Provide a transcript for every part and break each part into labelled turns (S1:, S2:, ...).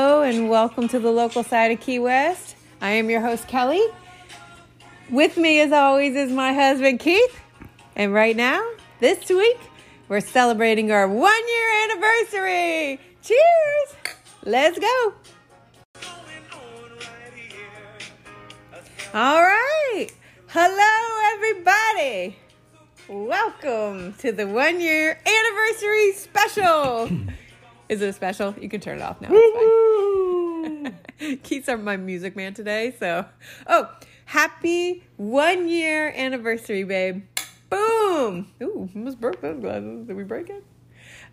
S1: welcome to the local side of Key West. I am your host, Kelly. With me, as always, is my husband, Keith. And right now, this week, we're celebrating our one year anniversary. Cheers! Let's go. All right. Hello, everybody. Welcome to the one year anniversary special. Is it a special? You can turn it off now. It's fine. Keith's are my music man today, so oh, happy one year anniversary, babe. Boom! Ooh, almost broke those glasses. Did we break it?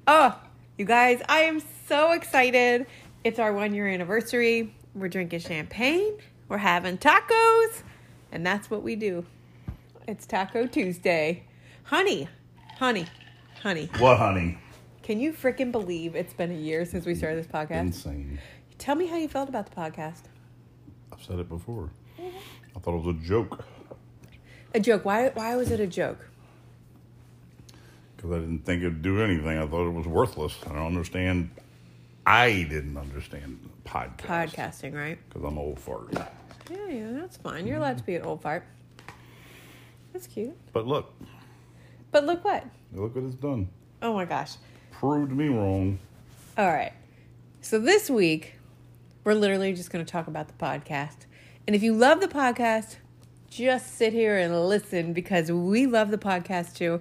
S1: Oh, you guys, I am so excited. It's our one year anniversary. We're drinking champagne, we're having tacos, and that's what we do. It's Taco Tuesday. Honey, honey, honey,
S2: What, honey?
S1: can you freaking believe it's been a year since we started this podcast?
S2: Insane.
S1: Tell me how you felt about the podcast.
S2: I've said it before. I thought it was a joke
S1: A joke. Why, why was it a joke?
S2: because I didn't think it'd do anything. I thought it was worthless. I don't understand. I didn't understand podcast
S1: Podcasting, right?
S2: because I'm an old fart.
S1: Yeah, yeah, that's fine. You're allowed to be an old fart. That's cute.
S2: But look,
S1: But look what?
S2: look what it's done.
S1: Oh my gosh.
S2: Proved me wrong.
S1: All right. So this week, we're literally just going to talk about the podcast. And if you love the podcast, just sit here and listen because we love the podcast too.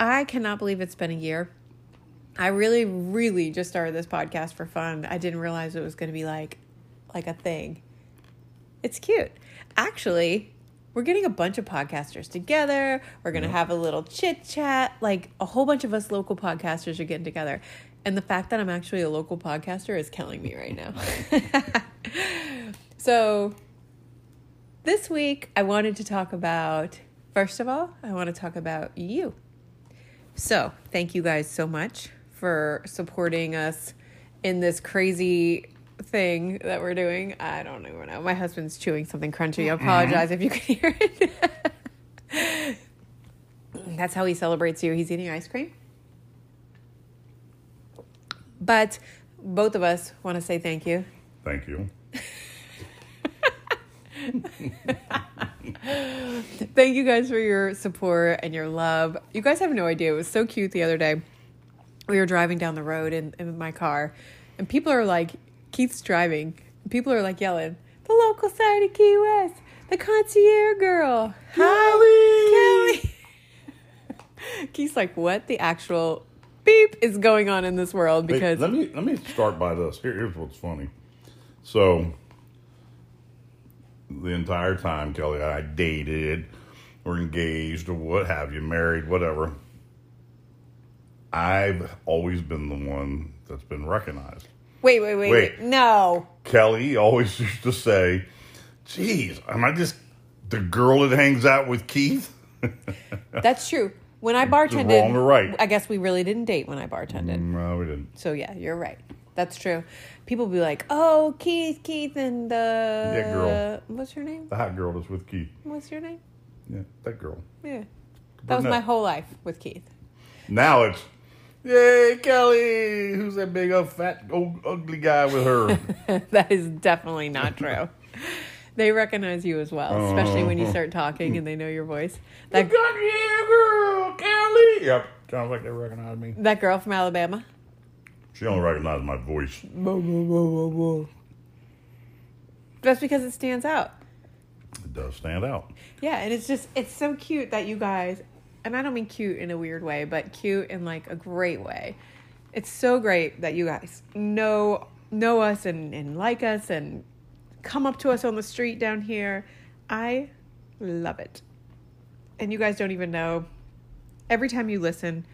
S1: I cannot believe it's been a year. I really, really just started this podcast for fun. I didn't realize it was going to be like, like a thing. It's cute. Actually, we're getting a bunch of podcasters together. We're going to have a little chit chat. Like a whole bunch of us local podcasters are getting together. And the fact that I'm actually a local podcaster is killing me right now. so, this week I wanted to talk about, first of all, I want to talk about you. So, thank you guys so much for supporting us in this crazy thing that we're doing. I don't even know. My husband's chewing something crunchy. I apologize if you can hear it. That's how he celebrates you. He's eating ice cream. But both of us want to say thank you.
S2: Thank you.
S1: Thank you guys for your support and your love. You guys have no idea. It was so cute the other day. We were driving down the road in, in my car, and people are like, Keith's driving. People are like yelling, the local side of Key West, the concierge girl. Hi, Kelly. Keith's like, what the actual beep is going on in this world?
S2: Wait,
S1: Because,
S2: let me let me start by this. Here, here's what's funny. So the entire time Kelly and I dated or engaged or what have you, married, whatever. I've always been the one that's been recognized.
S1: wait, wait, wait, wait.
S2: Wait.
S1: No.
S2: Kelly always used to say, Geez, am I just the girl that hangs out with Keith?
S1: That's true. When I
S2: wrong
S1: bartended,
S2: or right?
S1: I guess we really didn't date when I bartended.
S2: No, uh, we didn't.
S1: So yeah, you're right. That's true. People be like, "Oh, Keith, Keith, and the
S2: Yeah, girl.
S1: What's her name?
S2: The hot girl that's with Keith.
S1: What's your name?
S2: Yeah, that girl.
S1: Yeah, that was
S2: Brunette.
S1: my whole life with Keith.
S2: Now it's, yay, Kelly, who's that big, old, fat, old, ugly guy with her?
S1: that is definitely not true. they recognize you as well, especially when you start talking and they know your voice.
S2: I
S1: That
S2: got you, girl, Kelly. Yep, sounds like they recognize me.
S1: that girl from Alabama.
S2: She only recognized my voice.
S1: That's because it stands out.
S2: It does stand out.
S1: Yeah, and it's just it's so cute that you guys and I don't mean cute in a weird way, but cute in like a great way. It's so great that you guys know know us and, and like us and come up to us on the street down here. I love it. And you guys don't even know. Every time you listen,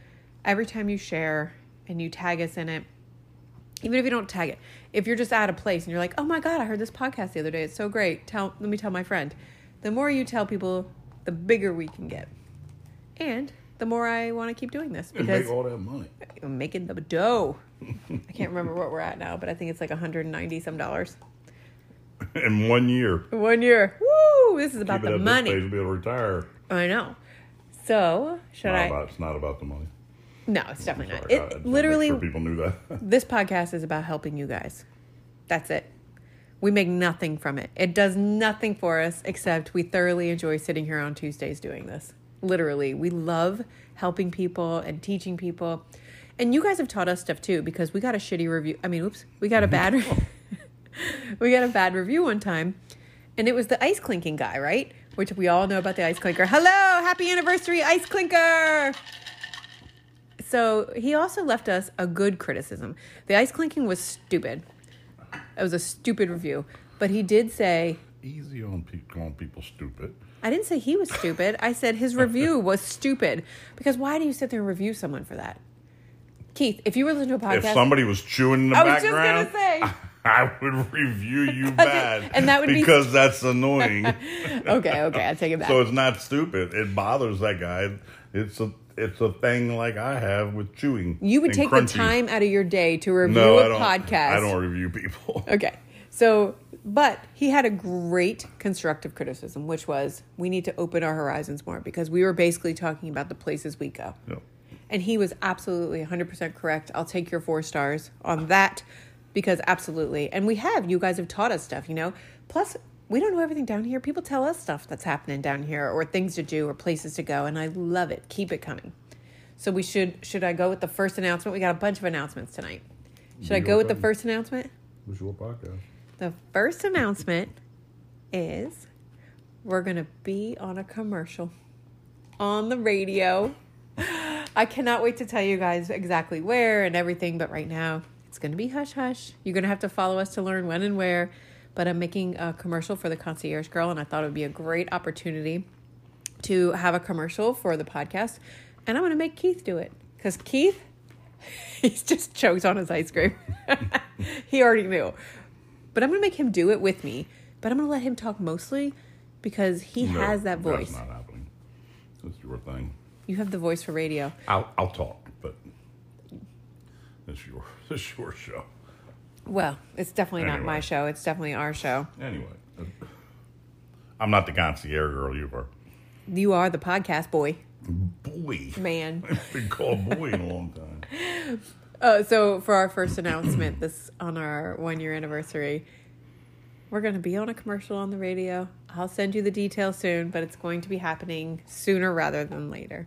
S1: every time you share and you tag us in it, even if you don't tag it, if you're just at a place and you're like, oh my God, I heard this podcast the other day. It's so great. Tell, let me tell my friend. The more you tell people, the bigger we can get. And the more I want to keep doing this
S2: You
S1: because
S2: make all that money.
S1: I'm making the dough. I can't remember what we're at now, but I think it's like 190 some dollars.
S2: In one year.
S1: One year. Woo! This is
S2: Keep
S1: about
S2: it at
S1: the
S2: this
S1: money.
S2: pace, You'll be able to retire.
S1: I know. So, should
S2: Not
S1: I?
S2: about, it's not about the money.
S1: No, it's definitely not.
S2: Sorry, I- I just
S1: It
S2: wanna make
S1: literally
S2: sure people knew that.
S1: this podcast is about helping you guys. That's it. We make nothing from it. It does nothing for us except we thoroughly enjoy sitting here on Tuesdays doing this. Literally, we love helping people and teaching people. And you guys have taught us stuff too because we got a shitty review. I mean, oops, we got a bad we got a bad review one time, and it was the ice clinking guy, right? Which we all know about the ice clinker. Hello, happy anniversary, ice clinker. So he also left us a good criticism. The ice clinking was stupid. It was a stupid review, but he did say
S2: Easy on pe- calling people stupid.
S1: I didn't say he was stupid. I said his review was stupid because why do you sit there and review someone for that? Keith, if you were listening to a podcast,
S2: If somebody was chewing in the
S1: I was just
S2: background,
S1: gonna say.
S2: I would review you bad,
S1: and that would be-
S2: because that's annoying.
S1: okay, okay, I take it back.
S2: so it's not stupid. It bothers that guy. It's a it's a thing like I have with chewing.
S1: you would
S2: and
S1: take
S2: crunchy.
S1: the time out of your day to review
S2: No,
S1: a
S2: I don't,
S1: podcast.
S2: I don't review people.
S1: Okay. So, but he had a great constructive criticism, which was we need to open our horizons more because we were basically talking about the places we go.
S2: No.
S1: And he was absolutely 100% correct. I'll take your four stars on that because absolutely. And we have, you guys have taught us stuff, you know? Plus, we don't know everything down here. People tell us stuff that's happening down here or things to do or places to go. And I love it. Keep it coming. So we should, should I go with the first announcement? We got a bunch of announcements tonight. Should I
S2: You
S1: go with the
S2: go.
S1: first announcement?
S2: It's your podcast.
S1: The first announcement is we're going to be on a commercial on the radio. I cannot wait to tell you guys exactly where and everything, but right now it's going to be hush hush. You're going to have to follow us to learn when and where. But I'm making a commercial for the concierge girl, and I thought it would be a great opportunity to have a commercial for the podcast. And I'm going to make Keith do it because Keith, he's just choked on his ice cream. he already knew. But I'm going to make him do it with me. But I'm going to let him talk mostly because he
S2: No,
S1: has that voice.
S2: That's not happening. That's your thing.
S1: You have the voice for radio.
S2: I'll I'll talk, but it's your it's your show.
S1: Well, it's definitely not my
S2: Anyway.
S1: show. It's definitely our show.
S2: Anyway, uh, I'm not the concierge girl you are.
S1: You are the podcast boy,
S2: Boy,
S1: man.
S2: been called boy in a long time.
S1: Uh, so for our first announcement, this on our one year anniversary, we're going to be on a commercial on the radio. I'll send you the details soon, but it's going to be happening sooner rather than later.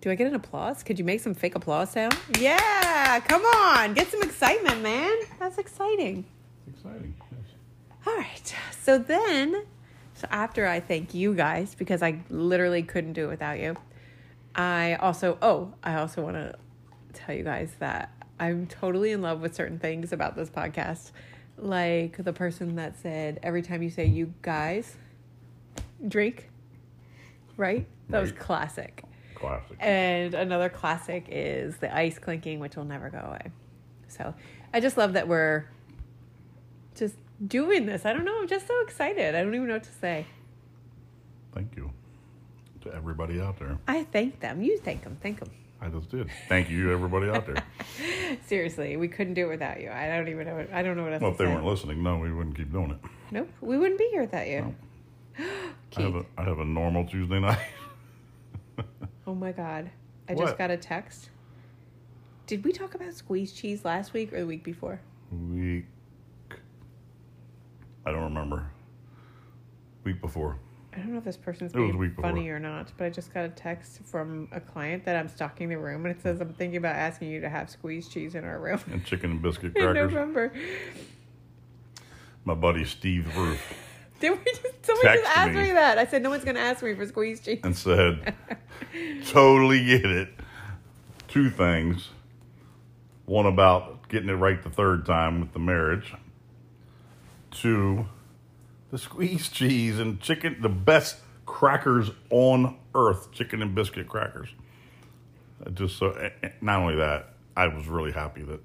S1: Do I get an applause? Could you make some fake applause sound? Yeah, come on, get some excitement, man. That's exciting.
S2: It's exciting. Yes.
S1: All right. So then, so after I thank you guys because I literally couldn't do it without you. I also oh, I also want to tell you guys that I'm totally in love with certain things about this podcast. Like the person that said every time you say you guys drink, right? That was
S2: Right.
S1: classic.
S2: Classic.
S1: And another classic is the ice clinking, which will never go away. So I just love that we're just doing this. I don't know. I'm just so excited. I don't even know what to say.
S2: Thank you to everybody out there.
S1: I thank them. You thank them. Thank them.
S2: I just did. Thank you, everybody out there.
S1: Seriously, we couldn't do it without you. I don't even know. What, I don't know what else.
S2: Well,
S1: to
S2: if they
S1: say.
S2: weren't listening, no, we wouldn't keep doing it.
S1: Nope. We wouldn't be here without you.
S2: No. I
S1: Keith.
S2: have a I have a normal Tuesday night.
S1: oh my God. I just
S2: What?
S1: got a text. Did we talk about squeeze cheese last week or the week before?
S2: Week. I don't remember. Week before.
S1: I don't know if this person's
S2: It was
S1: being
S2: week before.
S1: funny or not, but I just got a text from a client that I'm stocking the room, and it says I'm thinking about asking you to have squeeze cheese in our room
S2: And chicken and biscuit
S1: in
S2: crackers.
S1: November.
S2: My buddy Steve Roof
S1: Did we just somebody
S2: Text
S1: just asked me.
S2: me.
S1: that? I said no one's gonna ask me for squeeze cheese.
S2: and said, totally get it. Two things. One about getting it right the third time with the marriage. Two, the squeeze cheese and chicken, the best crackers on earth, chicken and biscuit crackers. I Just so, eh, eh, not only that, I was really happy that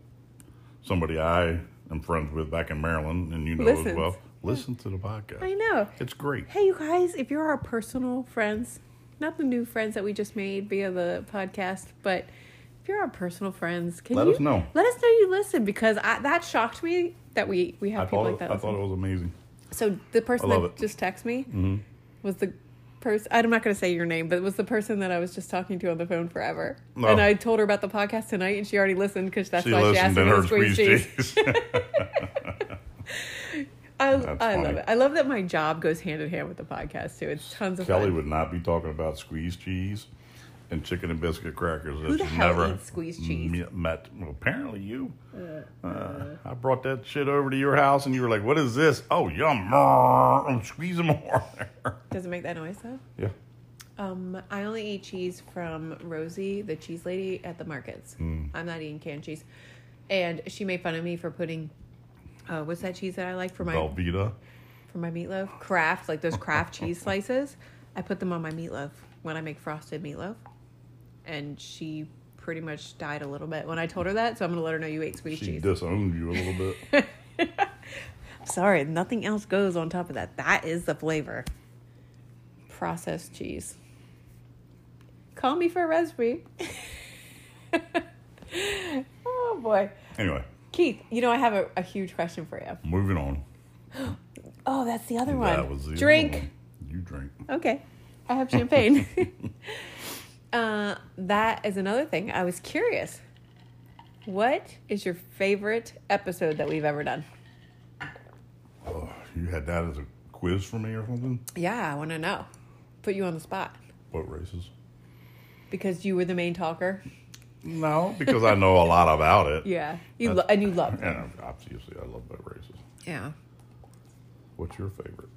S2: somebody I am friends with back in Maryland, and you know
S1: Listens.
S2: as well, listen to the podcast.
S1: I know.
S2: It's great.
S1: Hey, you guys, if you're our personal friends, not the new friends that we just made via the podcast, but if you're our personal friends, can
S2: Let
S1: you
S2: us know.
S1: Let us know you listen because I, that shocked me that we we have
S2: I
S1: people
S2: thought,
S1: like
S2: it,
S1: that.
S2: I
S1: listen.
S2: thought it was amazing.
S1: So the person
S2: I
S1: that
S2: love it. Mm-hmm.
S1: just texted me was the person. I'm not going to say your name, but it was the person that I was just talking to on the phone forever.
S2: No.
S1: And I told her about the podcast tonight, and she already listened because that's
S2: Oh. She
S1: why she
S2: listened
S1: asked me
S2: and
S1: to
S2: heard
S1: squeeze
S2: squeeze
S1: cheese.
S2: cheese.
S1: I,
S2: That's
S1: I love
S2: funny.
S1: it. I love that my job goes hand in hand with the podcast too. It's tons of
S2: Kelly
S1: fun.
S2: would not be talking about squeeze cheese and chicken and biscuit crackers.
S1: Who
S2: Who
S1: the
S2: she's
S1: hell
S2: never
S1: eats squeezed cheese?
S2: me- Met. Well, apparently you. Uh, I brought that shit over to your house and you were like, "What is this? Oh, yum! I'm squeezing more."
S1: Does it make that noise though?
S2: yeah.
S1: Um, I only eat cheese from Rosie, the cheese lady at the markets.
S2: Hmm.
S1: I'm not eating canned cheese, and she made fun of me for putting. Uh, what's that cheese that I like for my
S2: Velveeta.
S1: for my meatloaf? Kraft, like those Kraft cheese slices. I put them on my meatloaf when I make frosted meatloaf, and she pretty much died a little bit when I told her that. So I'm gonna let her know you ate squeezed
S2: She
S1: cheese.
S2: disowned you a little bit.
S1: Sorry, nothing else goes on top of that. That is the flavor. Processed cheese. Call me for a recipe. oh boy.
S2: anyway,
S1: Keith, you know I have a, a huge question for you.
S2: moving on.
S1: Oh, that's the other one.
S2: That was the other
S1: Drink.
S2: one. You drink.
S1: Okay. I have champagne. uh, that is another thing. I was curious. What is your favorite episode that we've ever done?
S2: Oh, you had that as a quiz for me or something?
S1: Yeah, I want to know. Put you on the spot.
S2: What races?
S1: because you were the main talker.
S2: No, because I know a lot about it.
S1: Yeah, you lo- and you loved. It.
S2: And obviously, I love boat races.
S1: Yeah,
S2: What's your favorite?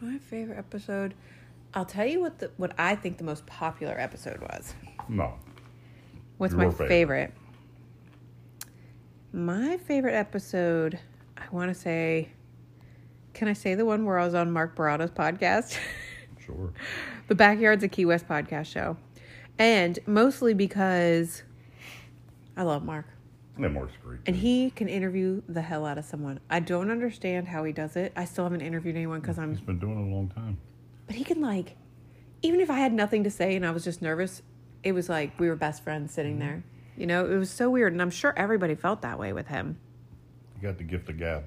S1: my favorite episode. I'll tell you what the what I think the most popular episode was.
S2: No.
S1: What's
S2: Your
S1: my
S2: favorite.
S1: favorite? My favorite episode. I want to say. Can I say the one where I was on Mark Barada's podcast?
S2: Sure.
S1: The Backyard's a Key West podcast show. And mostly because I love Mark.
S2: That works great.
S1: And he can interview the hell out of someone. I don't understand how he does it. I still haven't interviewed anyone because I'm.
S2: He's been doing it a long time.
S1: But he can, like, even if I had nothing to say and I was just nervous, it was like we were best friends sitting
S2: Mm-hmm.
S1: there. You know, it was so weird. And I'm sure everybody felt that way with him.
S2: He got the gift of gab.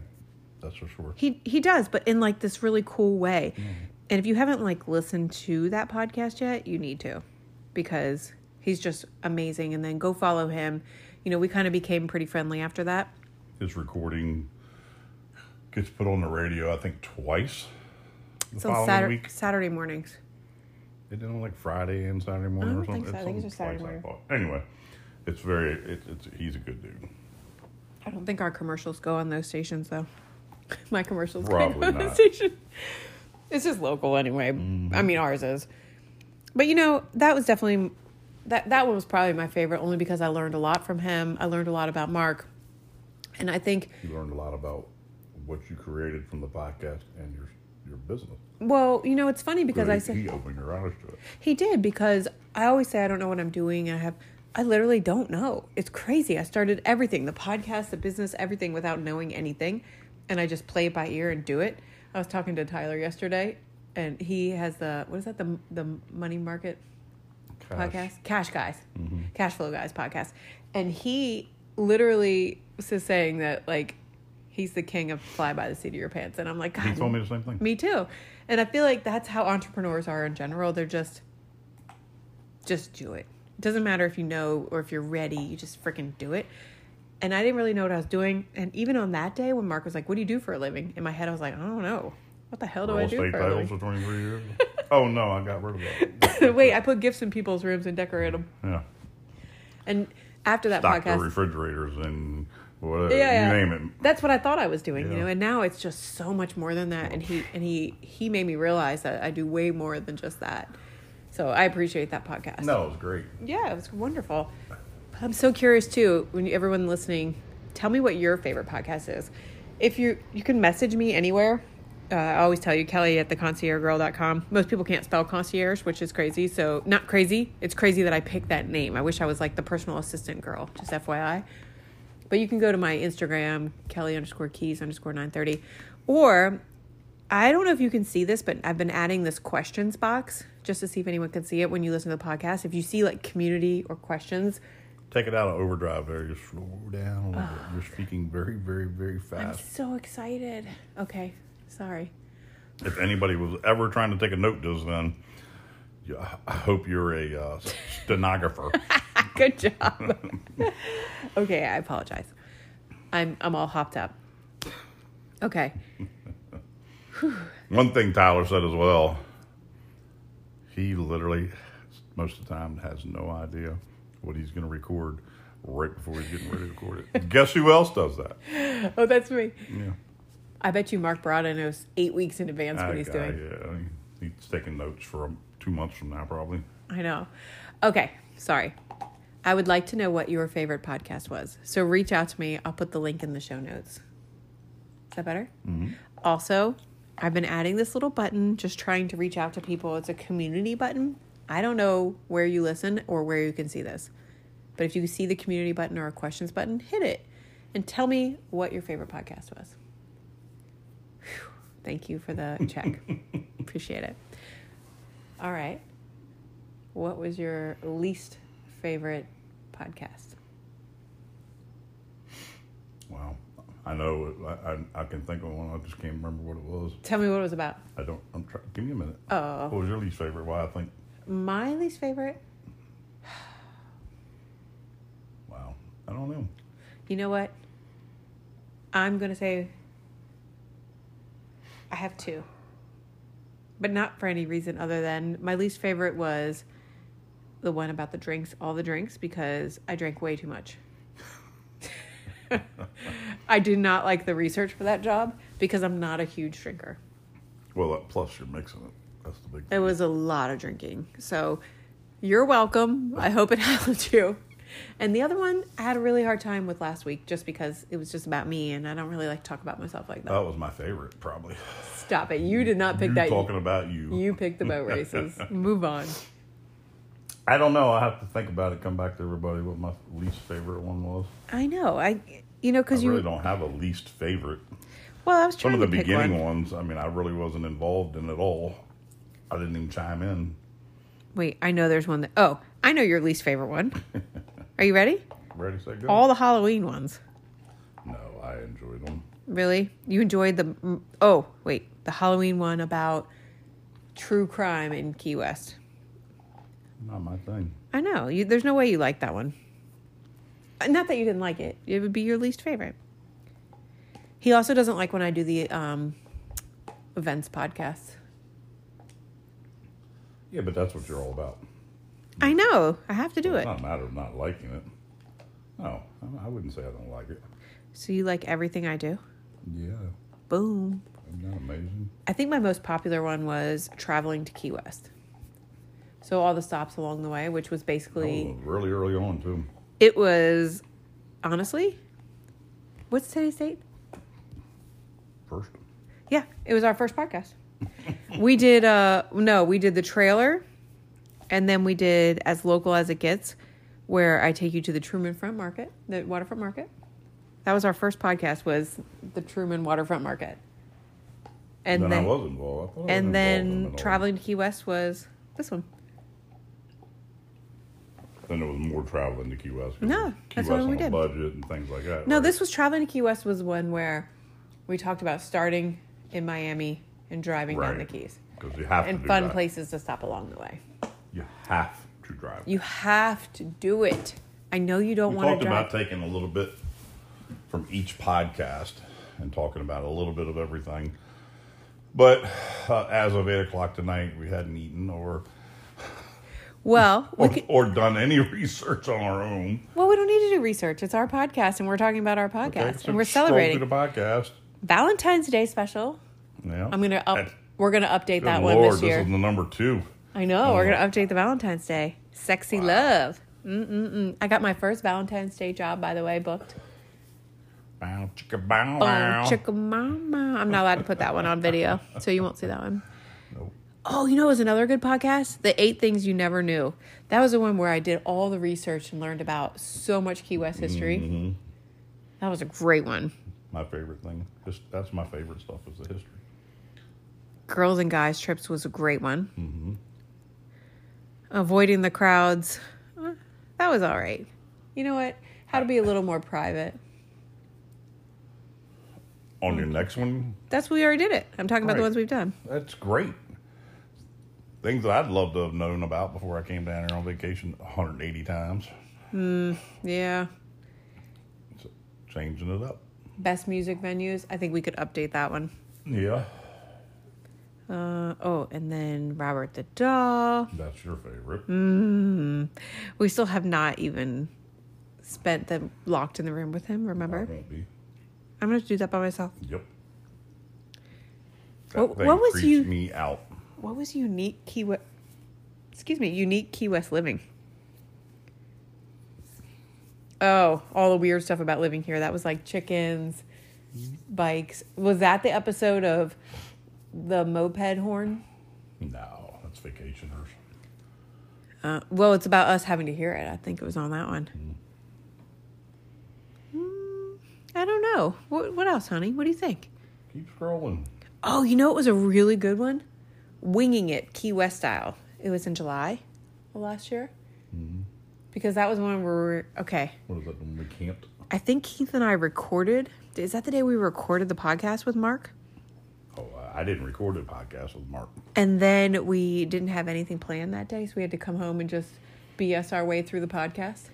S2: That's for sure.
S1: He, he does, but in like this really cool way.
S2: Mm-hmm.
S1: And if you haven't like listened to that podcast yet, you need to because he's just amazing. And then go follow him. You know, we kind of became pretty friendly after that.
S2: His recording gets put on the radio, I think, twice. The
S1: It's on
S2: following
S1: Saturday,
S2: week.
S1: Saturday mornings.
S2: They did it on like Friday and Saturday morning
S1: don't
S2: or something.
S1: think so. I think it's just
S2: on
S1: Saturday
S2: twice, I thought. Anyway, it's very, it, it's, he's a good dude.
S1: I don't think our commercials go on those stations though. My commercials
S2: Probably
S1: go on
S2: not. Mm-hmm.
S1: that station. It's just local anyway. I mean ours is. But you know, that was definitely that that one was probably my favorite only because I learned a lot from him. I learned a lot about Mark. And I think
S2: You learned a lot about what you created from the podcast and your your business.
S1: well, you know, it's funny because
S2: Really,
S1: I said
S2: he opened your eyes to it.
S1: He did because I always say I don't know what I'm doing and I have I literally don't know. It's crazy. I started everything, the podcast, the business, everything without knowing anything and I just play it by ear and do it. I was talking to Tyler yesterday and he has the what is that the the money market
S2: Gosh.
S1: podcast? Cash Guys.
S2: Mm-hmm.
S1: Cash Flow Guys podcast. And he literally was just saying that like he's the king of fly by the seat of your pants and I'm like God
S2: He told me the same thing.
S1: me too. And I feel like that's how entrepreneurs are in general. They're just, just do it. It doesn't matter if you know or if you're ready, you just freaking do it. And I didn't really know what I was doing. And even on that day when Mark was like, What do you do for a living? In my head, I was like, I don't know. What the hell do
S2: Real
S1: I do
S2: estate
S1: for a
S2: titles
S1: living?
S2: for 23 years. oh, no, I got rid of that.
S1: Wait, I put gifts in people's rooms and decorate them.
S2: Yeah.
S1: And after that
S2: Doctor
S1: podcast,
S2: refrigerators and whatever.
S1: yeah,
S2: You
S1: yeah.
S2: name it.
S1: That's what I thought I was doing, you
S2: Yeah.
S1: know. And now it's just so much more than that. And he and he he made me realize that I do way more than just that. So I appreciate that podcast.
S2: No, it was great.
S1: Yeah, it was wonderful. But I'm so curious too. When you, everyone listening, tell me what your favorite podcast is. If you you can message me anywhere. Uh, I always tell you, Kelly at theconciergirl.com. Most people can't spell concierge, which is crazy. So, not crazy. It's crazy that I picked that name. I wish I was like the personal assistant girl, just FYI. But you can go to my Instagram, Kelly underscore keys underscore 930. Or I don't know if you can see this, but I've been adding this questions box just to see if anyone can see it when you listen to the podcast. If you see like community or questions,
S2: Take it out of overdrive there. Just slow down. a little bit.
S1: Ah.
S2: You're speaking very, very, very fast.
S1: so excited. Okay, sorry.
S2: If anybody was ever trying to take a note, does then. Yeah, I hope you're a uh, stenographer.
S1: Good job. okay, I apologize. I'm I'm all hopped up. Okay.
S2: One thing Tyler said as well, he literally, most of the time, has no idea what he's going to record right before he's getting ready to record it. Guess who else does that?
S1: Oh, that's me.
S2: Yeah.
S1: I bet you Mark Brada knows eight weeks in advance what
S2: That
S1: he's
S2: guy,
S1: doing.
S2: Yeah, he- he's taking notes for um, two months from now, probably.
S1: I know. Okay, sorry. I would like to know what your favorite podcast was. So reach out to me. I'll put the link in the show notes. Is that better? Also, I've been adding this little button, just trying to reach out to people. It's a community button. I don't know where you listen or where you can see this, but if you see the community button or a questions button, hit it and tell me what your favorite podcast was. Phew. Thank you for the check. Appreciate it. All right. What was your least favorite podcast?
S2: Wow. I know. I, I, I can think of one. I just can't remember what it was.
S1: Tell me what it was about.
S2: I don't. I'm trying. Give me a minute.
S1: Oh.
S2: What was your least favorite? Why I think.
S1: My least favorite?
S2: Wow. I don't know.
S1: You know what? I'm going to say I have two. But not for any reason other than my least favorite was the one about the drinks, all the drinks, because I drank way too much. I did not like the research for that job because I'm not a huge drinker.
S2: Well, uh, plus you're mixing it. That's the big.
S1: It
S2: Thing.
S1: was a lot of drinking. So you're welcome. I hope it helped you. And the other one, I had a really hard time with last week just because it was just about me and I don't really like to talk about myself like that.
S2: That was my favorite, probably.
S1: Stop it. You did not pick
S2: Oh. you
S1: that.
S2: talking about you.
S1: You picked the boat races. Move on.
S2: I don't know. I have to think about it. Come back to everybody. What my least favorite one was.
S1: I know. I, you know,
S2: I
S1: because you.
S2: really don't have a least favorite.
S1: Well, I was
S2: Some
S1: trying
S2: of the
S1: to pick
S2: beginning
S1: one.
S2: ones. I mean, I really wasn't involved in at all. I didn't even chime in.
S1: Wait, I know there's one that. Oh, I know your least favorite one. Are you ready?
S2: Ready, set, go.
S1: All the Halloween ones.
S2: no, I enjoyed them.
S1: Really? You enjoyed the mm, oh wait the Halloween one about true crime in Key West.
S2: Not my thing.
S1: I know. You, there's no way you liked that one. Uh, Not that you didn't like it. It would be your least favorite. He also doesn't like when I do the um, events podcasts.
S2: Yeah, but that's what you're all about.
S1: I know. I have to do
S2: It's
S1: it.
S2: not a matter of not liking it. No, I- I wouldn't say I don't like it.
S1: So you like everything I do?
S2: Yeah,
S1: Boom.
S2: isn't that amazing?
S1: I think my most popular one was traveling to Key West. So all the stops along the way, which was
S2: That
S1: basically.
S2: was really early on too.
S1: It was honestly, what's today's date?
S2: First,
S1: Yeah, it was our first podcast. we did uh no, we did the trailer and then we did as local as it gets where I take you to the Truman Front Market, the Waterfront Market. That was our first podcast was the Truman Waterfront Market. And
S2: then,
S1: then,
S2: I was involved. I thought I was
S1: and
S2: involved in it
S1: then
S2: all.
S1: traveling to Key West was this one.
S2: Then there was more traveling to Key West.
S1: No,
S2: Key
S1: that's
S2: West
S1: what
S2: on
S1: we
S2: a
S1: did.
S2: budget and things like that.
S1: No,
S2: right?
S1: this was traveling to Key West was one where we talked about starting in Miami and driving down the
S2: Right.
S1: Keys
S2: 'Cause you have to
S1: and
S2: do
S1: fun
S2: that.
S1: places to stop along the way.
S2: You have to drive.
S1: You have to do it. I know you don't
S2: we
S1: want
S2: talked
S1: to
S2: about
S1: drive.
S2: taking a little bit from each podcast and talking about a little bit of everything. But uh, as of eight o'clock tonight, we hadn't eaten or
S1: Well, we
S2: or,
S1: could,
S2: or done any research on our own.
S1: well, we don't need to do research. It's our podcast, and we're talking about our
S2: Okay,
S1: podcast,
S2: so
S1: and we're
S2: scroll through
S1: celebrating
S2: the podcast.
S1: Valentine's Day special.
S2: Yeah,
S1: I'm gonna up.
S2: That's-
S1: we're gonna update
S2: Good
S1: that
S2: Lord,
S1: one this year.
S2: This is Oh. the number two.
S1: I know. We're gonna update the Valentine's Day. Sexy love. Mm-mm-mm. I got my first Valentine's Day job, by the way, booked.
S2: Bow, chicka, bow,
S1: Boom,
S2: wow.
S1: chicka mama. I'm not allowed to put that one on video, so you won't see that one.
S2: Nope.
S1: Oh, you know, it was another good podcast, The Eight Things You Never Knew. That was the one where I did all the research and learned about so much Key West history. That was a great one.
S2: My favorite thing. Just, that's my favorite stuff is the history.
S1: Girls and Guys Trips was a great one. Avoiding the crowds. uh, That was all right. You know what? How to be a little more private.
S2: On your next one,
S1: That's we already did it. I'm talking about the
S2: Right.
S1: ones we've done.
S2: that's great. Things that I'd love to have known about before I came down here on vacation 180 times.
S1: Yeah.
S2: So changing it up.
S1: Best music venues. I think we could update that one.
S2: Yeah.
S1: Uh, oh, and then Robert the Doll.
S2: That's your favorite.
S1: Mm-hmm. We still have not even spent them locked in the room with him,
S2: I
S1: remember?
S2: won't be.
S1: I'm going to do that by myself.
S2: Yep.
S1: What-
S2: thing
S1: what was
S2: creeps
S1: you-
S2: me out?
S1: What was unique Key West? Excuse me, unique Key West living. Oh, all the weird stuff about living here. That was like chickens, Mm-hmm. bikes. Was that the episode of the moped horn?
S2: No, that's vacationers.
S1: Uh, well, it's about us having to hear it. I think it was on that one. Mm, I don't know. What, what else, honey? What do you think?
S2: Keep scrolling.
S1: Oh, you know it was a really good one? Winging It Key West style. It was in July of last year. Because that was one where we were, okay.
S2: What is that? When we camped?
S1: I think Keith and I recorded. Is that the day we recorded the podcast with Mark?
S2: Oh, I- I didn't record a podcast with Mark.
S1: And then we didn't have anything planned that day, so we had to come home and just BS our way through the podcast.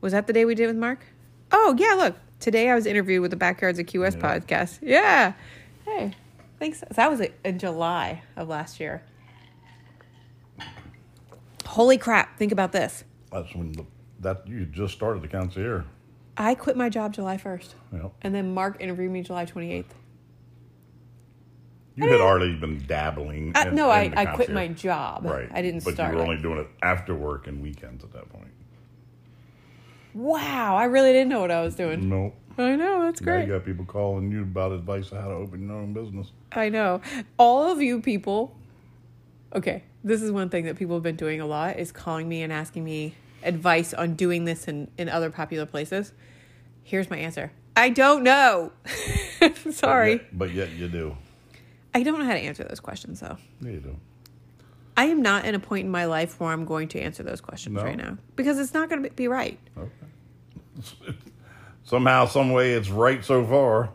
S1: Was that the day we did it with Mark? Oh, yeah, look. Today I was interviewed with the Backyards of QS
S2: Yeah.
S1: podcast. Yeah. Hey, thanks. That was in July of last year. Holy crap. Think about this.
S2: That's when the, that you just started the concierge.
S1: I quit my job July 1st,
S2: Yep.
S1: and then Mark interviewed me July 28th.
S2: You had already been dabbling.
S1: Uh,
S2: in-
S1: no, I,
S2: in the
S1: I quit my
S2: concierge.
S1: job.
S2: Right.
S1: I didn't
S2: But
S1: start.
S2: you were
S1: like-
S2: only doing it after work and weekends at that point.
S1: wow, I really didn't know what I was doing.
S2: Nope.
S1: I know, that's
S2: Now
S1: great.
S2: you got people calling you about advice on how to open your own business.
S1: I know. All of you people. Okay, this is one thing that people have been doing a lot is calling me and asking me advice on doing this in, in other popular places. Here's my answer. I don't know. Sorry.
S2: But yet, but yet you do.
S1: I don't know how to answer those questions though.
S2: Yeah, you do.
S1: I am not at a point in my life where I'm going to answer those questions
S2: No.
S1: right now because it's not going to be right.
S2: Okay. Somehow, some way, it's right so far.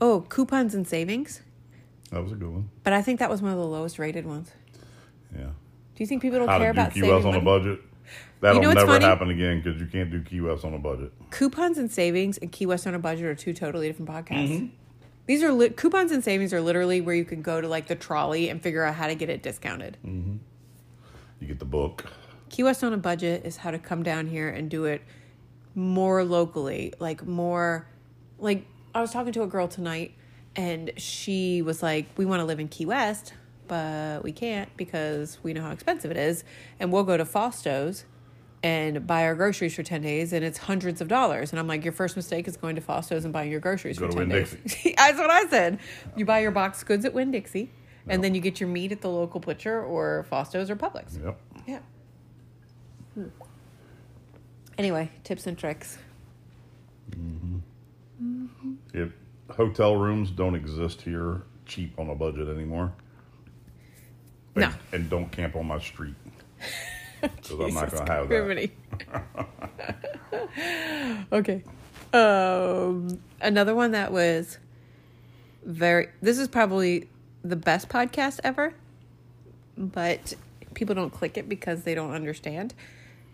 S1: Oh, coupons and savings,
S2: That was a good one.
S1: but I think that was one of the lowest rated ones.
S2: Yeah.
S1: Do you think people don't
S2: How to
S1: care
S2: do
S1: about saving
S2: QS on
S1: money?
S2: a budget? That'll
S1: know what's
S2: never
S1: funny?
S2: happen again because you can't do QS on a budget.
S1: coupons and savings and Key West on a budget are two totally different podcasts. These are li- coupons and savings are literally where you can go to like the trolley and figure out how to get it discounted.
S2: You get the book.
S1: Key West on a budget is how to come down here and do it more locally, like more like I was talking to a girl tonight and she was like, "We want to live in Key West, but we can't because we know how expensive it is, and we'll go to Fosto's and buy our groceries for 10 days and it's hundreds of dollars." And I'm like, "Your first mistake is going to Fosto's and buying your groceries
S2: Go
S1: for
S2: to
S1: 10 days."
S2: Winn-Dixie.
S1: That's what I said. You buy your boxed goods at Winn-Dixie and then you get your meat at the local butcher or Fosto's or Publix.
S2: Yep.
S1: Yeah. Hmm. Anyway, tips and tricks.
S2: It, hotel rooms don't exist here cheap on a budget anymore.
S1: No.
S2: And, and don't camp on my street. Because I'm not going to have that.
S1: that. okay. Um, another one that was very. This is probably the best podcast ever, but people don't click it because they don't understand.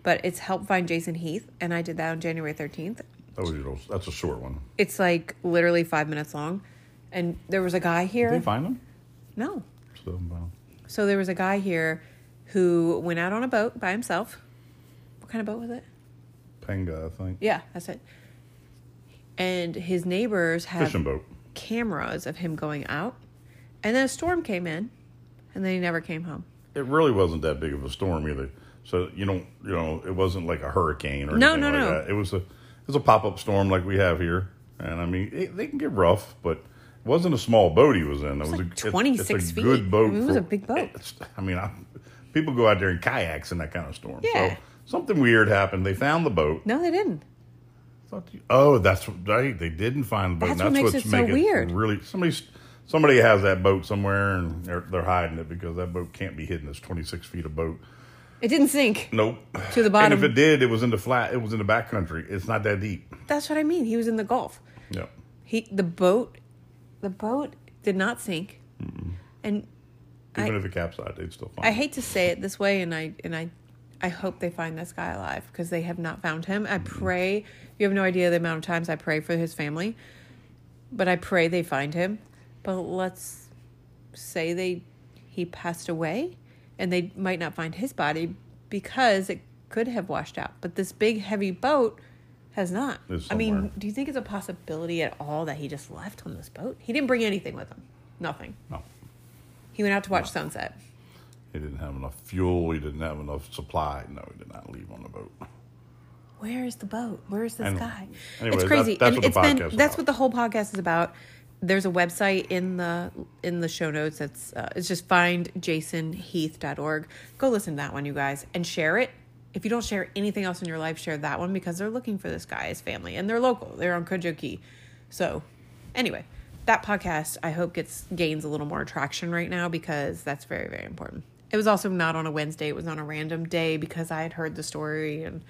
S1: But it's help find Jason Heath, and I did that on January thirteenth.
S2: That was your, that's a short one.
S1: It's like literally five minutes long, and there was a guy
S2: Did they
S1: here.
S2: find them? uh,
S1: No,
S2: Still haven't found 'em.
S1: So there was a guy here who went out on a boat by himself. What kind of boat was it?
S2: Panga, I think.
S1: Yeah, that's it. And his neighbors had
S2: Fishing boat.
S1: cameras of him going out. And then a storm came in, and then he never came home.
S2: It really wasn't that big of a storm either. So you don't, you know, it wasn't like a hurricane or
S1: No,
S2: anything
S1: no,
S2: like
S1: no.
S2: that. It was a, it was a pop up storm like we have here, and I mean it, they can get rough, but it wasn't a small boat he was in. It was,
S1: like
S2: a it's-
S1: 26
S2: it's a
S1: feet.
S2: Good boat.
S1: I mean, it was
S2: for-
S1: a big boat.
S2: it's- I mean, I, people go out there in kayaks in that kind of storm.
S1: Yeah.
S2: So something weird happened. They found the boat.
S1: No, they didn't.
S2: Thought you- Oh, that's right. They didn't find the boat.
S1: That's
S2: and
S1: what
S2: that's
S1: makes
S2: what's
S1: it so
S2: making
S1: weird.
S2: Really, somebody, somebody has that boat somewhere, and they're, they're hiding it because that boat can't be hidden. It's twenty six feet of boat.
S1: It didn't sink.
S2: Nope.
S1: To the
S2: And
S1: bottom.
S2: if it did, it was in the flat. It was in the back country. It's not that deep.
S1: That's what I mean. He was in the Gulf.
S2: Yep.
S1: He the boat, the boat did not sink, and
S2: Even
S1: I-
S2: if it capsized, they'd still find.
S1: I
S2: it.
S1: hate to say it this way, and I and I, I hope they find this guy alive because they have not found him. I pray. You have no idea the amount of times I pray for his family, but I pray they find him. But let's say they he passed away and they might not find his body because it could have washed out. But this big heavy boat has not.
S2: It's
S1: I mean,
S2: somewhere.
S1: do you think it's a possibility at all that he just left on this boat? He didn't bring anything with him. Nothing.
S2: No,
S1: He went out to watch sunset.
S2: he didn't have enough fuel. He didn't have enough supply. No, he did not leave on the boat.
S1: Where is the boat? Where is this
S2: Anyway.
S1: guy?
S2: Anyway,
S1: it's
S2: that-
S1: crazy.
S2: that's
S1: and
S2: what the
S1: it's been
S2: podcast is
S1: that's
S2: about.
S1: what the whole podcast is about. There's a website in the in the show notes that's uh, it's just findjasonheath.org. Go listen to that one, you guys, and share it. If you don't share anything else in your life, share that one because they're looking for this guy, his family, and they're local. They're on Kojoki. So, anyway, that podcast I hope gets gains a little more traction right now because that's very very important. It was also not on a Wednesday; it was on a random day because I had heard the story and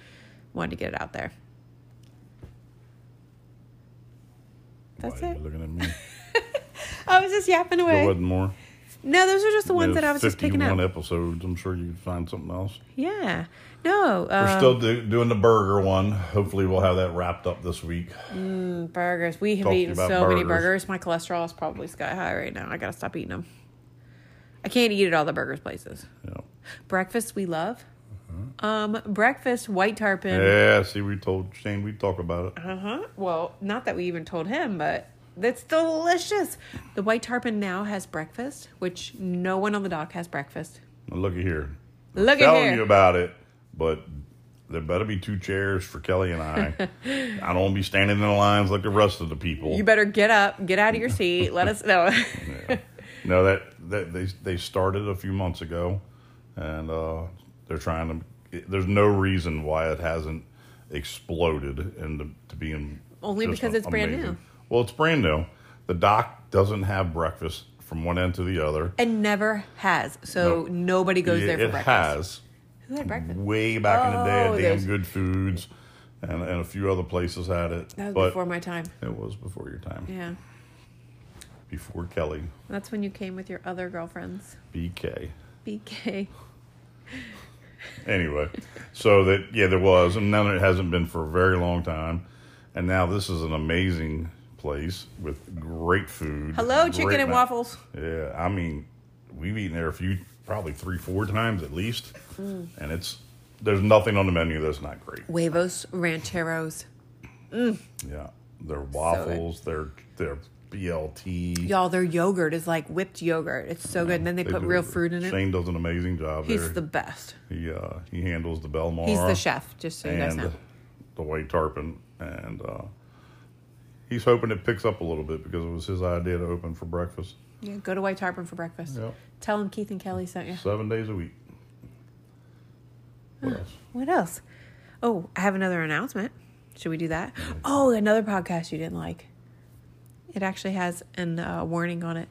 S1: wanted to get it out there. That's
S2: Why are
S1: it.
S2: you looking at me?
S1: I was just yapping
S2: There
S1: away.
S2: wasn't more.
S1: No, those are just the
S2: There's
S1: ones that I was just picking up.
S2: 51 episodes. I'm sure you can find something else.
S1: Yeah. No.
S2: We're
S1: Um,
S2: still do, doing the burger one. Hopefully, we'll have that wrapped up this week.
S1: burgers. We have
S2: Talking
S1: eaten so
S2: about
S1: many
S2: burgers.
S1: burgers. My cholesterol is probably sky high right now. I gotta stop eating them. I can't eat at all the burgers places.
S2: Yeah.
S1: Breakfast we love. Um, breakfast white tarpon.
S2: Mm-hmm. Yeah, see, we told Shane we'd talk about it.
S1: Uh huh. Well, not that we even told him, but that's delicious. The white tarpon now has breakfast, which no one on the dock has breakfast.
S2: Now, looky here.
S1: Look at
S2: telling
S1: here.
S2: you about it, but there better be two chairs for Kelly and I. I don't want to be standing in the lines like the rest of the people.
S1: You better get up, get out of your seat, let us know.
S2: Yeah. No, that, that they they started a few months ago, and uh, they're trying to. it- There's no reason why it hasn't exploded into to being
S1: Only
S2: just
S1: because it's brand
S2: amazing.
S1: new.
S2: Well, it's brand new. The dock doesn't have breakfast from one end to the other.
S1: and never has. So nobody goes there for
S2: it
S1: breakfast.
S2: has
S1: Who had breakfast?
S2: way back in
S1: Oh,
S2: the day. at
S1: there's-
S2: Damn good foods, and and a few other places had it.
S1: That was
S2: but
S1: before my time.
S2: it was before your time.
S1: Yeah.
S2: Before Kelly,
S1: That's when you came with your other girlfriends.
S2: BK.
S1: BK.
S2: anyway, so that yeah, there was, and now it hasn't been for a very long time, and now this is an amazing place with great food.
S1: Hello,
S2: great
S1: chicken and
S2: ma-
S1: waffles.
S2: Yeah, I mean, we've eaten there a few, probably three, four times at least,
S1: Mm.
S2: and it's there's nothing on the menu that's not great.
S1: Huevos rancheros.
S2: Yeah, their waffles, their their BLT.
S1: Y'all, their yogurt is like whipped yogurt. It's so good. And then they, put
S2: do-
S1: real fruit in it.
S2: Shane does an amazing job there.
S1: He's the best.
S2: he uh, he handles the Belmar.
S1: He's the chef, just so you guys
S2: and
S1: know.
S2: the white tarpon, and uh, he's hoping it picks up a little bit because it was his idea to open for breakfast
S1: Yeah, go to White Tarpon for breakfast.
S2: Yep.
S1: Tell them Keith and Kelly sent you.
S2: seven days a week. What else?
S1: What else? Oh, I have another announcement. Should we do that? Oh, another podcast you didn't like. It actually has an uh, warning on it.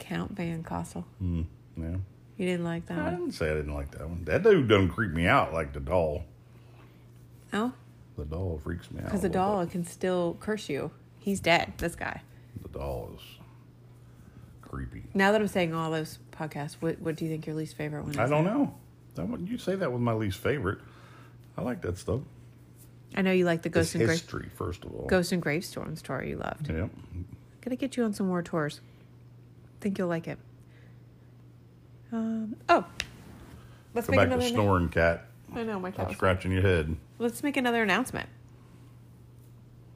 S1: Count Van Costle.
S2: Yeah,
S1: You didn't like that
S2: I
S1: one?
S2: didn't say I didn't like that one. That dude doesn't creep me out like the doll.
S1: No,
S2: The doll freaks me out.
S1: because
S2: a
S1: the
S2: little
S1: dog can still curse you. He's dead. This guy.
S2: bit. The doll is creepy.
S1: Now that I'm saying all those podcasts, what what do you think your least favorite one is?
S2: I don't know. That one, you say that was my least favorite. I like that stuff.
S1: I know you like the
S2: It's
S1: Ghost and Grave
S2: history, first of all.
S1: Ghost and Gravestone story you loved.
S2: Yeah.
S1: Gonna get you on some more tours. Think you'll like it. Um, oh, let's
S2: Go
S1: make
S2: back
S1: another.
S2: to
S1: annou-
S2: snoring, cat.
S1: I know my
S2: Stop
S1: cat. was-
S2: scratching your head.
S1: Let's make another announcement.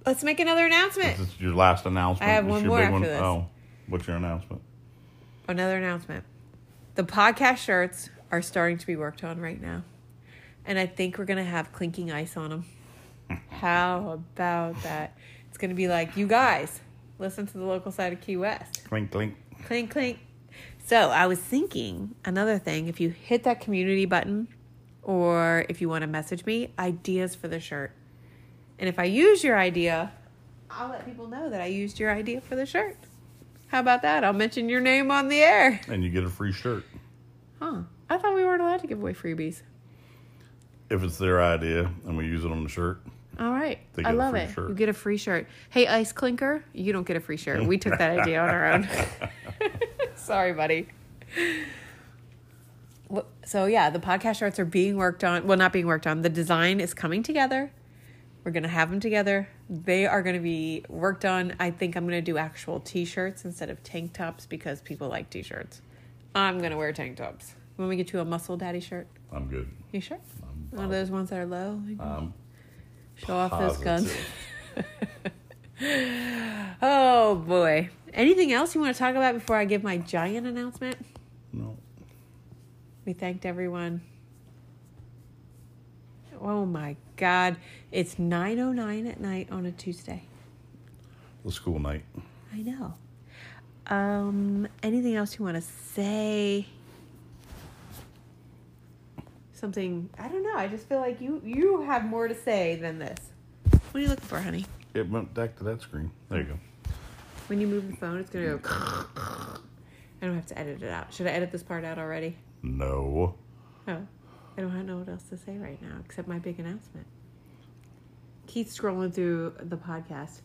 S1: Let's make another announcement.
S2: This is your last announcement.
S1: I have
S2: This
S1: one
S2: your
S1: more
S2: big
S1: after this.
S2: Oh, what's your announcement?
S1: Another announcement. The podcast shirts are starting to be worked on right now. And I think we're going to have clinking ice on them. How about that? It's going to be like, you guys, listen to the local side of Key West.
S2: Clink, clink.
S1: Clink, clink. So I was thinking another thing if you hit that community button or if you want to message me, ideas for the shirt. And if I use your idea, I'll let people know that I used your idea for the shirt. How about that? I'll mention your name on the air.
S2: And you get a free shirt.
S1: Huh. I thought we weren't allowed to give away freebies.
S2: If it's their idea and we use it on the shirt,
S1: All right.
S2: They
S1: I
S2: get a
S1: love
S2: free
S1: it.
S2: shirt.
S1: You get a free shirt. Hey, Ice Clinker, you don't get a free shirt. We took that idea on our own. Sorry, buddy. Wh- So, yeah, the podcast shirts are being worked on. Well, not being worked on. The design is coming together. We're going to have them together. They are going to be worked on. I think I'm going to do actual t shirts instead of tank tops because people like t shirts. I'm going to wear tank tops. When we get you a muscle daddy shirt,
S2: I'm good.
S1: you sure?
S2: I'm,
S1: One of those ones that are low. You can
S2: I'm
S1: Show off those guns.
S2: positive.
S1: Oh boy. Anything else you want to talk about before I give my giant announcement?
S2: No.
S1: We thanked everyone. Oh my god. It's 9:09 at night on a Tuesday.
S2: The school night.
S1: I know. Um anything else you want to say? Something I don't know. I just feel like you you have more to say than this. What are you looking for, honey?
S2: It went back to that screen. There you go.
S1: When you move the phone, it's gonna go. I don't have to edit it out. Should I edit this part out already?
S2: No.
S1: Oh, I don't know what else to say right now except my big announcement. Keith's scrolling through the podcast.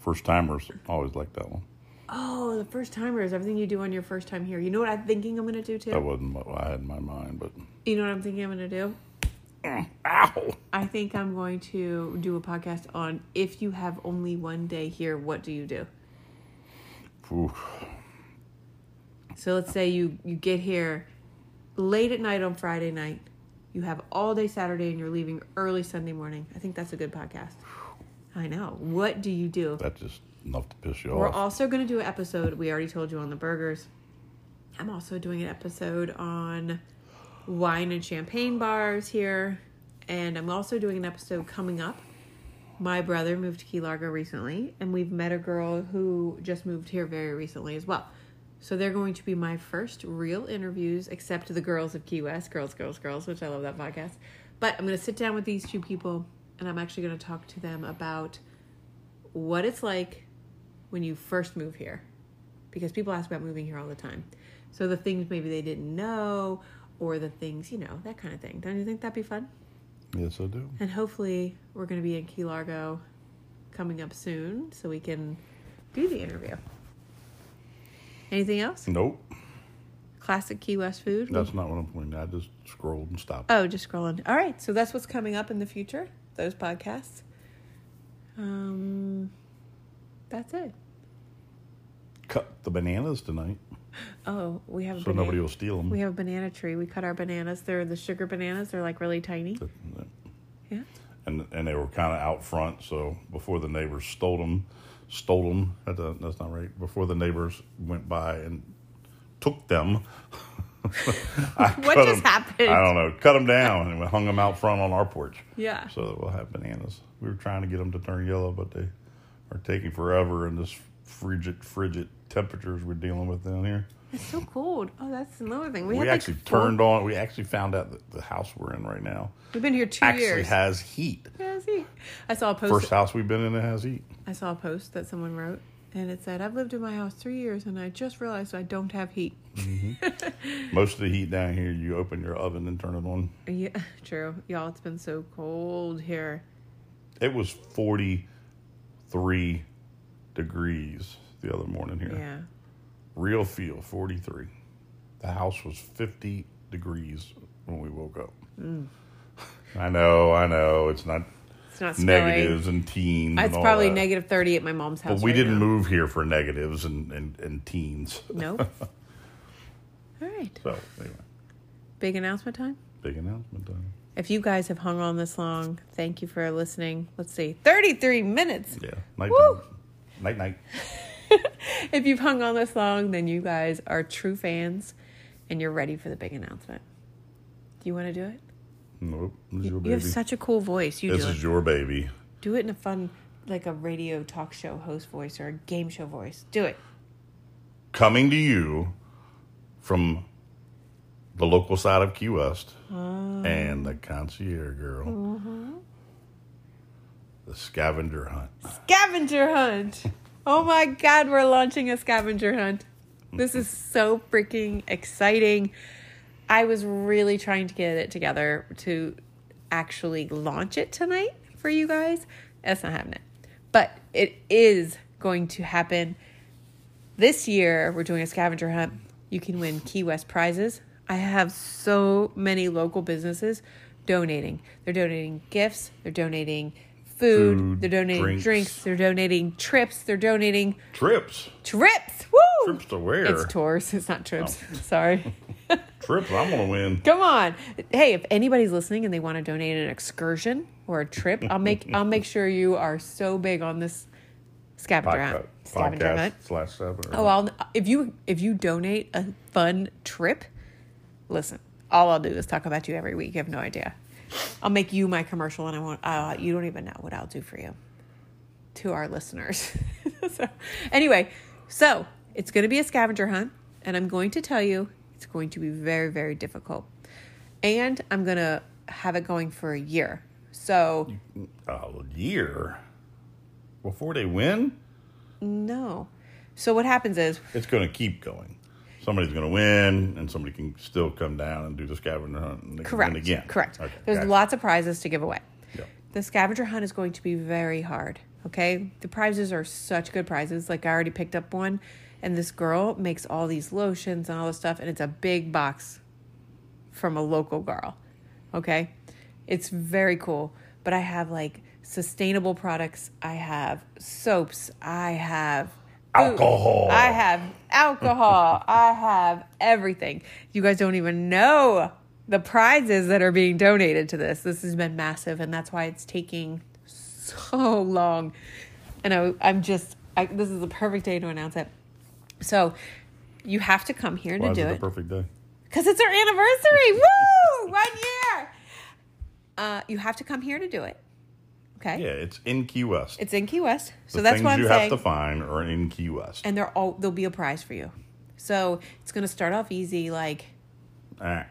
S2: First timers always like that one.
S1: Oh, the first timers, everything you do on your first time here. You know what I'm thinking I'm gonna do too?
S2: That wasn't what I had in my mind, but
S1: You know what I'm thinking I'm gonna do?
S2: ow.
S1: I think I'm going to do a podcast on if you have only one day here, what do you do?
S2: Oof.
S1: So let's say you you get here late at night on Friday night. You have all day Saturday and you're leaving early Sunday morning. I think that's a good podcast. I know. What do you do?
S2: That's just enough to piss you
S1: We're
S2: off.
S1: also going to do an episode. We already told you on the burgers. I'm also doing an episode on wine and champagne bars here. And I'm also doing an episode coming up. My brother moved to Key Largo recently, and we've met a girl who just moved here very recently as well. So they're going to be my first real interviews, except the girls of Key West, Girls, Girls, Girls, which I love that podcast. But I'm going to sit down with these two people, and I'm actually going to talk to them about what it's like when you first move here because people ask about moving here all the time so the things maybe they didn't know or the things you know that kind of thing don't you think that'd be fun
S2: yes, I do.
S1: and hopefully we're going to be in key largo coming up soon so we can do the interview anything else
S2: Nope.
S1: classic key west food
S2: That's not what I'm pointing. at. I just scrolled and stopped.
S1: oh just scrolling all right so that's what's coming up in the future those podcasts um that's it
S2: Cut the bananas tonight,
S1: oh we have a
S2: so
S1: banana-
S2: nobody will steal them.
S1: We have a banana tree. We cut our bananas. They're the sugar bananas. They're like really tiny.
S2: uh,
S1: Yeah.
S2: and and they were kind of out front. So before the neighbors stole them, stole them. That's, not- that's not right. Before the neighbors went by and took them, I
S1: What
S2: cut
S1: just
S2: 'em-
S1: happened?
S2: I don't know. Cut them down and we hung them out front on our porch.
S1: Yeah.
S2: So that we'll have bananas. We were trying to get them to turn yellow, but they are taking forever in this frigid, frigid temperatures we're dealing with down here.
S1: It's so cold. Oh, that's another thing.
S2: We,
S1: had, like,
S2: actually
S1: four-
S2: turned on. We actually found out that the house we're in right now
S1: We've been here two
S2: actually
S1: years.
S2: has heat.
S1: Yeah, I see. I saw a post.
S2: First house we've been in that has heat.
S1: I saw a post that someone wrote, and it said, "I've lived in my house three years, and I just realized I don't have heat."
S2: Most of the heat down here, you open your oven and turn it on.
S1: Yeah, true, y'all. It's been so cold here.
S2: It was 43 degrees the other morning here.
S1: Yeah.
S2: Real feel, 43. The house was 50 degrees when we woke up.
S1: Mm.
S2: I know, I know. It's not
S1: It's not snowy.
S2: negatives and teens. and
S1: It's
S2: all
S1: probably
S2: that.
S1: negative thirty at my mom's house.
S2: But we
S1: right
S2: didn't
S1: now.
S2: move here for negatives and, and, and teens.
S1: Nope. All right.
S2: So, anyway,
S1: Big announcement time.
S2: big announcement time.
S1: If you guys have hung on this long, thank you for listening. Let's see, 33 minutes.
S2: Yeah. Night,
S1: Woo!
S2: night, night.
S1: If you've hung on this long, then you guys are true fans and you're ready for the big announcement. Do you want to do it?
S2: Nope. This is your
S1: You
S2: Oh, baby.
S1: have such a cool voice. You
S2: this
S1: do it.
S2: is your baby.
S1: do it in a fun, like a radio talk show host voice or a game show voice. Do it.
S2: coming to you from the local side of Key West
S1: Ah.
S2: and the concierge girl,
S1: Mm-hmm.
S2: the scavenger hunt.
S1: Scavenger hunt. Oh my God, we're launching a scavenger hunt. This is so freaking exciting. I was really trying to get it together to actually launch it tonight for you guys. That's not happening. But it is going to happen. This year, we're doing a scavenger hunt. You can win Key West prizes. I have so many local businesses donating. They're donating gifts, they're donating food,
S2: Food,
S1: they're donating
S2: drinks.
S1: drinks. they're donating trips, they're donating
S2: Trips.
S1: trips. Woo!
S2: Trips to where?
S1: It's tours, it's not trips. Sorry.
S2: Trips. I'm gonna win.
S1: Come on. Hey, if anybody's listening and they want to donate an excursion or a trip, I'll make I'll make sure you are so big on this scavenger hunt.
S2: Podca-
S1: Scavenger
S2: uh, Podcast
S1: hunt.
S2: slash seven.
S1: Oh, I'll if you if you donate a fun trip, listen. All I'll do is talk about you every week. You have no idea. I'll make you my commercial, and I won't. Uh, you don't even know what I'll do for you to our listeners. so, anyway, so it's going to be a scavenger hunt, and I'm going to tell you it's going to be very very difficult, and I'm going to have it going for a year. So
S2: a year before they win.
S1: no. So what happens is
S2: It's gonna keep going. Somebody's gonna win, and somebody can still come down and do the scavenger hunt. And they can
S1: correct
S2: Win again.
S1: correct.
S2: Okay,
S1: There's
S2: gotcha.
S1: lots of prizes to give away.
S2: Yeah.
S1: The scavenger hunt is going to be very hard. Okay. The prizes are such good prizes. Like I already picked up one, and this girl makes all these lotions and all this stuff, and it's a big box from a local girl. Okay. It's very cool. But I have like sustainable products, I have soaps, I have food.
S2: Alcohol.
S1: I have alcohol, I have everything. You guys don't even know the prizes that are being donated to this. This has been massive, and that's why it's taking so long. And I, I'm just, I, this is the perfect day to announce it. So you have to come here
S2: Why
S1: to
S2: is
S1: do
S2: it the
S1: it.
S2: perfect day?
S1: Because it's our anniversary. Woo! One year. Uh, you have to come here to do it. Okay.
S2: Yeah, it's in Key West.
S1: It's in Key West. So
S2: the
S1: that's
S2: things
S1: what I'm
S2: you
S1: saying.
S2: have to find are in Key West.
S1: and they're all, there'll be a prize for you. So it's going to start off easy. Like,
S2: All right.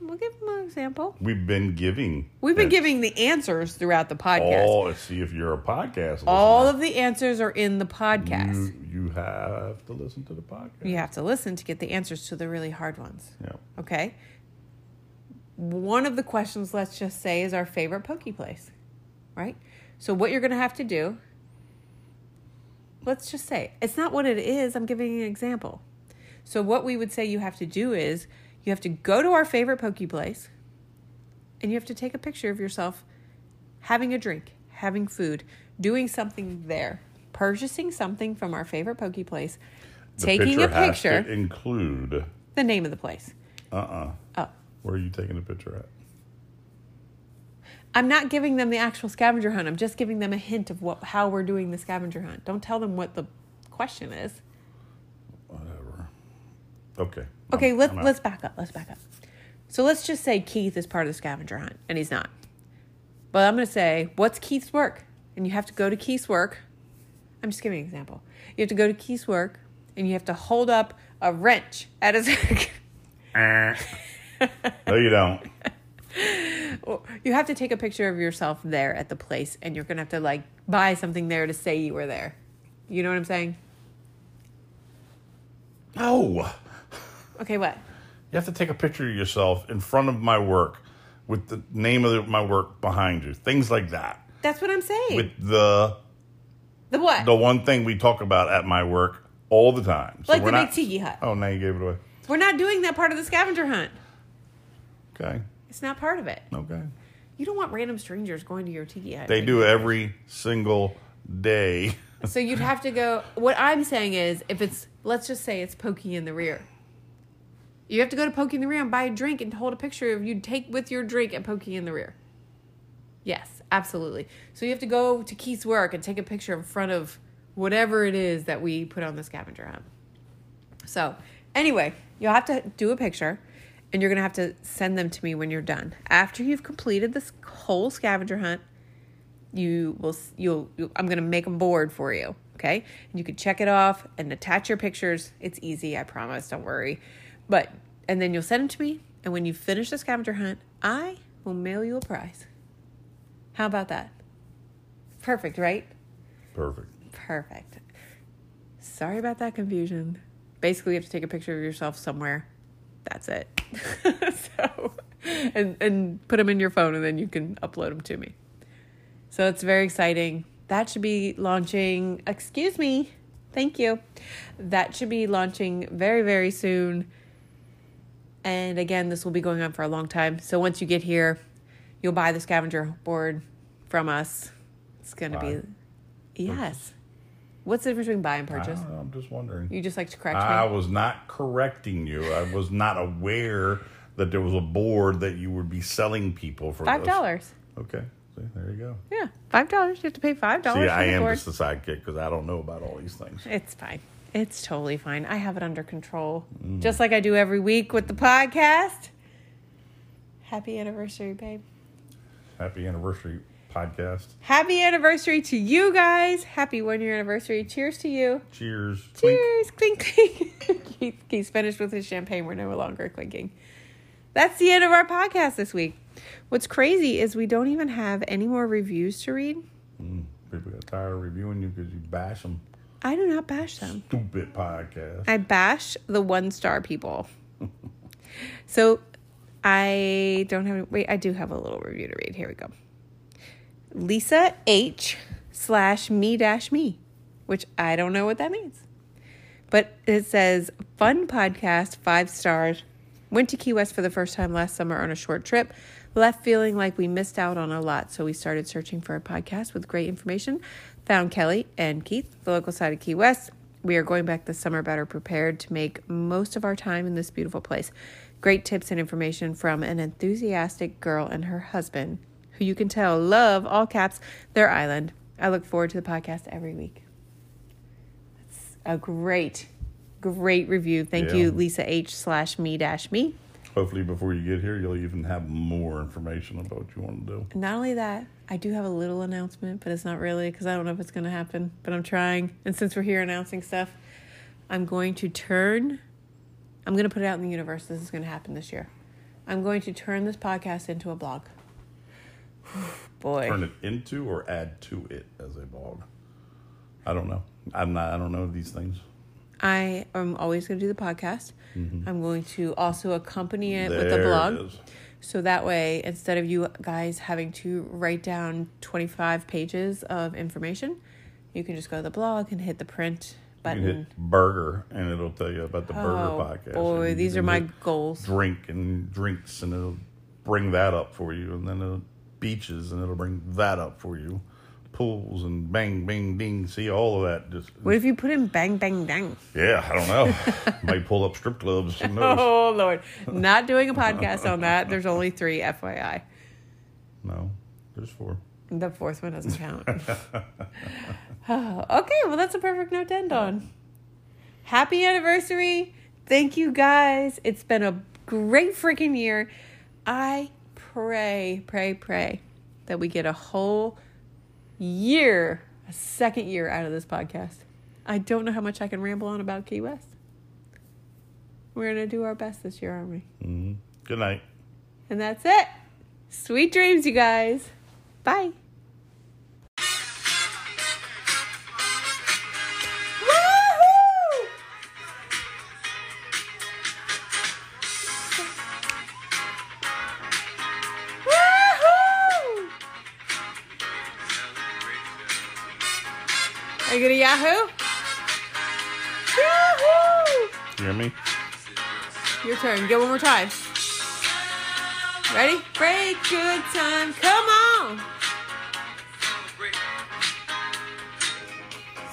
S1: we'll give them an example.
S2: We've been giving.
S1: We've been
S2: hints.
S1: giving the answers throughout the podcast. All,
S2: all. See if you're a podcast. listener,
S1: of the answers are in the podcast.
S2: you, you have to listen to the podcast.
S1: you have to listen to get the answers to the really hard ones.
S2: Yeah.
S1: Okay. One of the questions, let's just say, is our favorite poke place, right? So, what you're going to have to do, let's just say, it's not what it is. I'm giving you an example. So, what we would say you have to do is you have to go to our favorite poke place and you have to take a picture of yourself having a drink, having food, doing something there, purchasing something from our favorite poke place,
S2: The
S1: taking a
S2: has to
S1: picture,
S2: include. Uh
S1: the name of the place.
S2: uh
S1: Oh.
S2: Where are you taking the picture at?
S1: I'm not giving them the actual scavenger hunt. I'm just giving them a hint of what how we're doing the scavenger hunt. Don't tell them what the question is.
S2: Whatever. Okay.
S1: Okay,
S2: I'm-
S1: let's
S2: I'm out.
S1: let's back up. Let's back up. So let's just say Keith is part of the scavenger hunt and he's not. But I'm going to say, what's Keith's work? And you have to go to Keith's work. I'm just giving an example. You have to go to Keith's work and you have to hold up a wrench at his
S2: Eh. no, you don't.
S1: Well, you have to take a picture of yourself there at the place and you're gonna have to like buy something there to say you were there you know what i'm saying
S2: No.
S1: okay what
S2: You have to take a picture of yourself in front of my work with the name of the, my work behind you. Things like that.
S1: that's what i'm saying
S2: With the
S1: the what
S2: the one thing we talk about at my work all the time. So
S1: Like the
S2: we're
S1: big
S2: not-
S1: tiki hut.
S2: Oh, now you gave it away.
S1: we're not doing that part of the scavenger hunt
S2: Okay.
S1: it's not part of it
S2: Okay.
S1: you don't want random strangers going to your tiki hut
S2: They do every single day.
S1: so you'd have to go what i'm saying is if it's let's just say it's pokey in the rear you have to go to pokey in the rear and buy a drink and hold a picture of you take with your drink at pokey in the rear yes absolutely so you have to go to keith's work and take a picture in front of whatever it is that we put on the scavenger hunt so anyway you'll have to do a picture and you're going to have to send them to me when you're done after you've completed this whole scavenger hunt you will s- you'll, you i'm going to make a board for you okay and you can check it off and attach your pictures it's easy i promise don't worry but and then you'll send them to me and when you finish the scavenger hunt i will mail you a prize how about that perfect right
S2: Perfect.
S1: perfect sorry about that confusion basically you have to take a picture of yourself somewhere that's it so and and put them in your phone and then you can upload them to me so it's very exciting. That should be launching, excuse me, thank you. That should be launching very, very soon. And again, this will be going on for a long time. So once you get here, you'll buy the scavenger board from us. It's going to be. Yes. What's the difference between buy and
S2: I
S1: purchase?
S2: don't know, I'm just wondering.
S1: You just like to correct
S2: I
S1: me?
S2: was not correcting you. I was not aware that there was a board that you would be selling people for
S1: Five
S2: this.
S1: dollars.
S2: Okay, See, there you go.
S1: Yeah, five dollars. You have to pay five dollars
S2: See,
S1: for
S2: I
S1: the
S2: am
S1: board.
S2: just a sidekick because I don't know about all these things.
S1: It's fine. It's totally fine. I have it under control, just like I do every week with the podcast. Happy anniversary, babe.
S2: Happy anniversary podcast.
S1: Happy anniversary to you guys. Happy one year anniversary. Cheers to you.
S2: Cheers. Clink.
S1: Cheers. Clink, clink. Keith, Keith's finished with his champagne. We're no longer clinking. That's the end of our podcast this week. What's crazy is we don't even have any more reviews to read.
S2: Mm, people got tired of reviewing you because you bash them.
S1: I do not bash them.
S2: Stupid podcast.
S1: I bash the one star people. so I don't have. Wait, I do have a little review to read. Here we go. Lisa H slash me dash me, which I don't know what that means, but it says fun podcast five stars. Went to Key West for the first time last summer on a short trip. Left feeling like we missed out on a lot, so we started searching for a podcast with great information. Found Kelly and Keith, the local side of Key West. We are going back this summer better prepared to make most of our time in this beautiful place. Great tips and information from an enthusiastic girl and her husband, who you can tell love, all caps, their island. I look forward to the podcast every week. That's a great, great review. Thank
S2: Yeah.
S1: you, Lisa H slash me dash me.
S2: Hopefully, before you get here, you'll even have more information about what you want to do.
S1: Not only that, I do have a little announcement, but it's not really because I don't know if it's going to happen, but I'm trying. And since we're here announcing stuff, I'm going to turn, I'm going to put it out in the universe. This is going to happen this year. I'm going to turn this podcast into a blog. Boy.
S2: Turn it into or add to it as a blog. I don't know. I'm not. I don't know these things.
S1: I am always going to do the podcast. I'm going to also accompany it with
S2: Mm-hmm. There
S1: the
S2: it
S1: blog.
S2: is.
S1: So that way, instead of you guys having to write down 25 pages of information, you can just go to the blog and hit the print
S2: You
S1: button.
S2: can hit burger, and it'll tell you about the
S1: oh,
S2: burger podcast.
S1: boy,
S2: And you
S1: these
S2: can
S1: are my
S2: hit
S1: goals.
S2: drink and drinks, and it'll bring that up for you. And then it'll beaches, and it'll bring that up for you. Pools and bang, bang, ding. See all of that. Just
S1: What if you put in bang, bang, bang?
S2: yeah. I don't know. Might pull up strip clubs. Who knows?
S1: Oh, Lord. Not doing a podcast on that. There's only three, FYI.
S2: No, there's four.
S1: The fourth one doesn't count. Oh, okay, well, that's a perfect note to end on. Happy anniversary. Thank you guys. It's been a great freaking year. I pray, pray, pray that we get a whole year, a second year out of this podcast. I don't know how much I can ramble on about Key West. We're going to do our best this year, aren't we?
S2: Mhm. Good night.
S1: And that's it. Sweet dreams, you guys. Bye. Woohoo! Woohoo! Are you gonna Yahoo? Yahoo!
S2: You hear me?
S1: Your turn. Go one more time. Ready? Break, good time. Come on.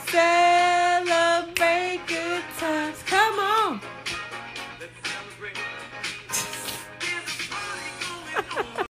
S1: Say.